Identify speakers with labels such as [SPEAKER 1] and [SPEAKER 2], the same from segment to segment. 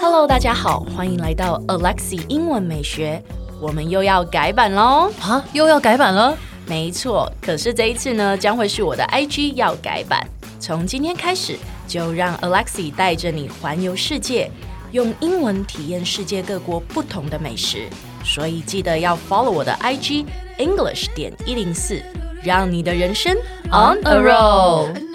[SPEAKER 1] Hello，大家好，欢迎来到 Alexi 英文美学，我们又要改版喽。
[SPEAKER 2] 啊，又要改版了？
[SPEAKER 1] 没错，可是这一次呢，将会是我的 IG 要改版。从今天开始，就让 Alexi 带着你环游世界，用英文体验世界各国不同的美食。所以记得要 follow 我的 IG English 点一零四，让你的人生 on a roll。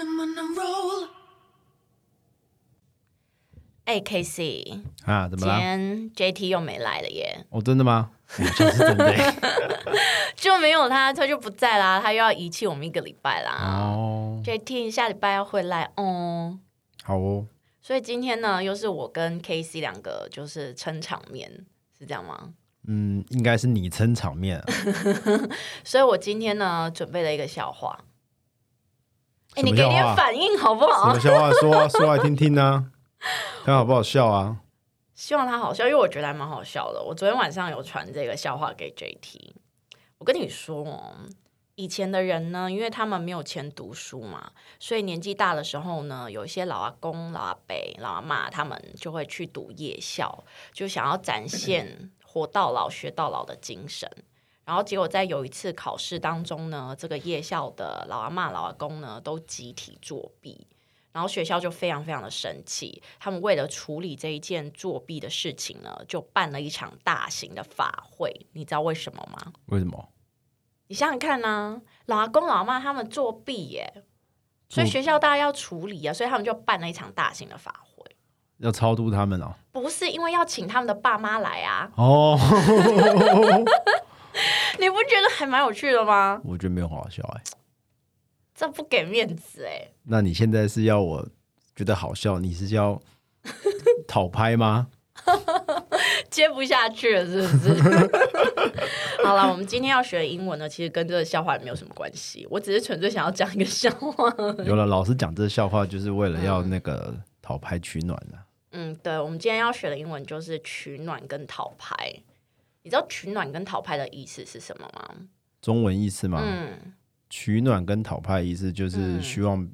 [SPEAKER 1] 哎，K C，
[SPEAKER 3] 啊，怎么
[SPEAKER 1] 今
[SPEAKER 3] 啦？
[SPEAKER 1] 天 J T 又没来了耶，
[SPEAKER 3] 哦，真的吗？好像是真的欸。
[SPEAKER 1] 就没有他，他就不在啦，他又要遗弃我们一个礼拜啦。
[SPEAKER 3] 哦，
[SPEAKER 1] J T 下礼拜要回来哦，
[SPEAKER 3] 好哦，
[SPEAKER 1] 所以今天呢，又是我跟 K C 两个就是撑场面，是这样吗？
[SPEAKER 3] 嗯，应该是你撑场面啊。
[SPEAKER 1] 所以我今天呢，准备了一个笑话。哎，
[SPEAKER 3] 什
[SPEAKER 1] 你
[SPEAKER 3] 么
[SPEAKER 1] 给
[SPEAKER 3] 笑话
[SPEAKER 1] 点反应好不
[SPEAKER 3] 什
[SPEAKER 1] 好
[SPEAKER 3] 么？笑话 说啊，说来听听呢、啊，看好不好笑啊？
[SPEAKER 1] 希望它好笑，因为我觉得还蛮好笑的。我昨天晚上有传这个笑话给 JT，我跟你说哦，以前的人呢，因为他们没有钱读书嘛，所以年纪大的时候呢，有一些老阿公、老阿伯、老阿妈，他们就会去读夜校，就想要展现活到老学到老的精神。然后结果在有一次考试当中呢，这个夜校的老阿妈、老阿公呢，都集体作弊。然后学校就非常非常的生气，他们为了处理这一件作弊的事情呢，就办了一场大型的法会。你知道为什么吗？
[SPEAKER 3] 为什么？
[SPEAKER 1] 你想想看呐、老阿公老阿妈他们作弊耶，所以
[SPEAKER 3] 作
[SPEAKER 1] 学校大家要处理啊，所以他们就办了一场大型的法会。
[SPEAKER 3] 要超度他们哦。
[SPEAKER 1] 不是因为要请他们的爸妈来啊，
[SPEAKER 3] 哦，
[SPEAKER 1] 你不觉得还蛮有趣的吗？
[SPEAKER 3] 我觉得没有很好笑哎、
[SPEAKER 1] 这不给面子哎，
[SPEAKER 3] 那你现在是要我觉得好笑，你是 要讨拍吗？
[SPEAKER 1] 接不下去了是不 是？好了，我们今天要学的英文呢，其实跟这个笑话也没有什么关系，我只是纯粹想要讲一个笑话。
[SPEAKER 3] 有了，老师讲这笑话就是为了要那个讨拍取暖啊。
[SPEAKER 1] 嗯，对，我们今天要学的英文就是取暖跟讨拍。你知道取暖跟讨拍的意思是什么吗？
[SPEAKER 3] 中文意思吗？
[SPEAKER 1] 嗯，
[SPEAKER 3] 取暖跟讨拍的意思就是
[SPEAKER 1] 嗯
[SPEAKER 3] 希望，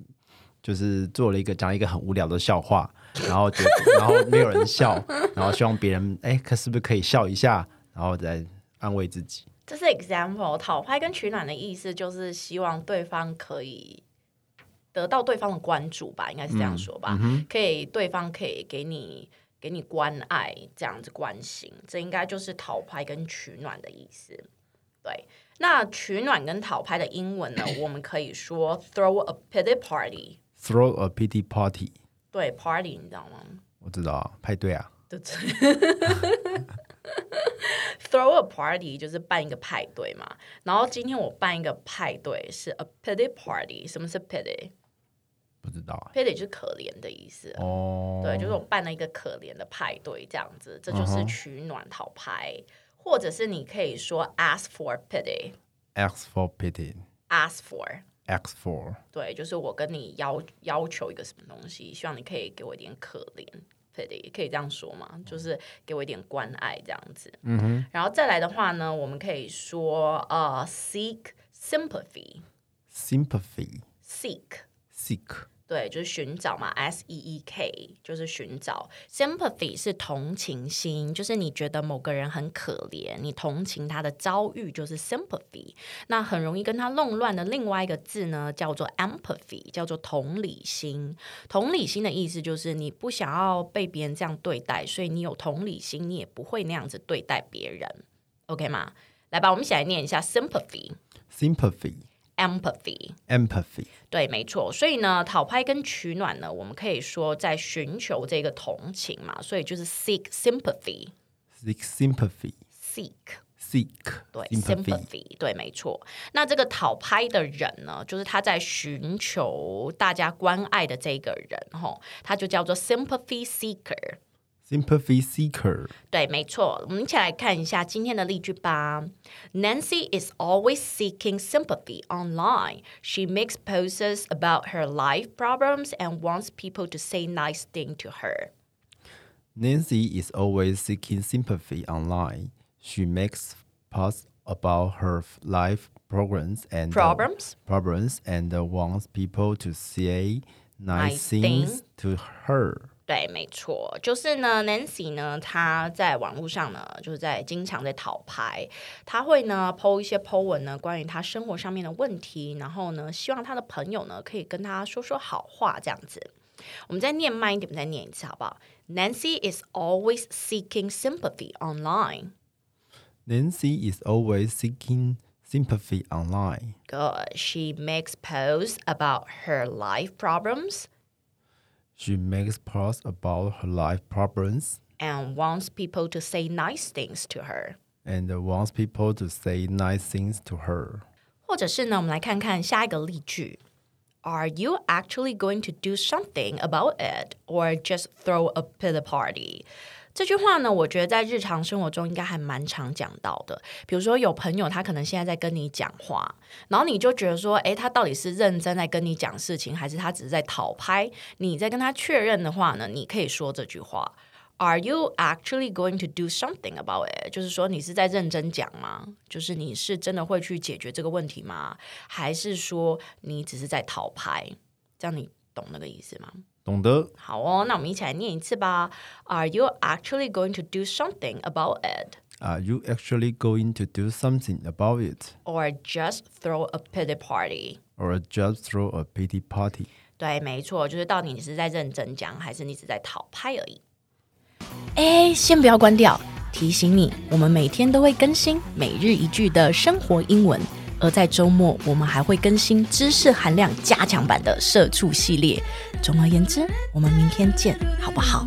[SPEAKER 3] 就是做了一个讲一个很无聊的笑话，然后觉然后没有人笑，然后希望别人哎，可是不是可以笑一下，然后再安慰自己。
[SPEAKER 1] 这是 example。讨拍跟取暖的意思就是希望对方可以得到对方的关注吧，应该是这样说吧，可以对方可以给你给你关爱，这样子关心，这应该就是讨拍跟取暖的意思。对，那取暖跟讨拍的英文呢，我们可以说 throw a pity party。
[SPEAKER 3] Throw a pity party，
[SPEAKER 1] 对 party，你知道吗？
[SPEAKER 3] 我知道啊，派对啊，
[SPEAKER 1] 对对 ，throw a party 就是办一个派对嘛。然后今天我办一个派对是 a pity party，什么是 pity？pity
[SPEAKER 3] 不知道啊。
[SPEAKER 1] 就是可怜的意思。
[SPEAKER 3] 哦，
[SPEAKER 1] 对，就是我办了一个可怜的派对，这样子，这就
[SPEAKER 3] 嗯
[SPEAKER 1] 是
[SPEAKER 3] 哼
[SPEAKER 1] 取暖讨拍或者是你可以说 ask for pity，ask
[SPEAKER 3] ask for pity，ask
[SPEAKER 1] for，
[SPEAKER 3] for
[SPEAKER 1] 对，就是我跟你要要求一个什么东西，希望你可以给我一点可怜，pity，可以这样说吗？就是给我一点关爱这样子。嗯哼。然后再来的话呢，我们可以说呃、seek sympathy，seek
[SPEAKER 3] sympathy，seek seek
[SPEAKER 1] 对，就是寻找嘛，S E E K 就是寻找。Sympathy 是同情心，就是你觉得某个人很可怜，你同情他的遭遇，就是 sympathy。那很容易跟他弄乱的另外一个字呢，叫做 empathy，叫做同理心。同理心的意思就是你不想要被别人这样对待，所以你有同理心，你也不会那样子对待别人，OK 吗？来吧，我们一起来念一下 sympathy、
[SPEAKER 3] sympathy
[SPEAKER 1] empathy。
[SPEAKER 3] empathy
[SPEAKER 1] 对，没错。所以呢，讨拍跟取暖呢，我们可以说在寻求这个同情嘛，所以就是 seek sympathy。
[SPEAKER 3] seek sympathy
[SPEAKER 1] seek
[SPEAKER 3] seek
[SPEAKER 1] 对
[SPEAKER 3] sympathy
[SPEAKER 1] 对，没错。那这个讨拍的人呢，就是他在寻求大家关爱的这个人，吼，他就叫做 sympathy seeker。
[SPEAKER 3] sympathy seeker
[SPEAKER 1] 对，没错。我们一起来看一下今天的例句吧。Nancy is always seeking sympathy online. She makes posts about her life problems and wants people to say nice thing to her.
[SPEAKER 3] Nancy is always seeking sympathy online. She makes posts about her life problems and
[SPEAKER 1] Problems?
[SPEAKER 3] problems and wants people to say nice
[SPEAKER 1] Nice
[SPEAKER 3] things to her。
[SPEAKER 1] 对，没错，就是呢，Nancy 呢，她在网络上呢，就是在经常在讨拍，她会呢 PO 一些 PO 文呢，关于她生活上面的问题，然后呢，希望她的朋友呢可以跟她说说好话，这样子。我们再念慢一点，我们再念一次好不好？Nancy is always seeking sympathy online.
[SPEAKER 3] Nancy is always seeking sympathy online.
[SPEAKER 1] Good. She makes posts about her life problems
[SPEAKER 3] She makes posts about her life problems
[SPEAKER 1] and wants people to say nice things to her.
[SPEAKER 3] and wants people to say nice things to her.
[SPEAKER 1] 或者是呢，我们来看看下一个例句。Are you actually going to do something about it, or just throw a pity party？这句话呢，我觉得在日常生活中应该还蛮常讲到的。比如说，有朋友他可能现在在跟你讲话，然后你就觉得说，诶，他到底是认真在跟你讲事情，还是他只是在讨拍？你在跟他确认的话呢，你可以说这句话：Are you actually going to do something about it？就是说，你是在认真讲吗？就是你是真的会去解决这个问题吗？还是说你只是在讨拍？这样你懂那个意思吗？
[SPEAKER 3] 懂得？
[SPEAKER 1] 好哦，那我们一起来念一次吧。Are you actually going to do something about it,
[SPEAKER 3] Are you actually going to do something about it,
[SPEAKER 1] or just throw a pity party？
[SPEAKER 3] or just throw a pity party?
[SPEAKER 1] 对，没错，就是到底你是在认真讲，还是你只在讨拍而已。哎，先不要关掉，提醒你，我们每天都会更新每日一句的生活英文，而在周末我们还会更新知识含量加强版的社畜系列。总而言之，我们明天见，好不好？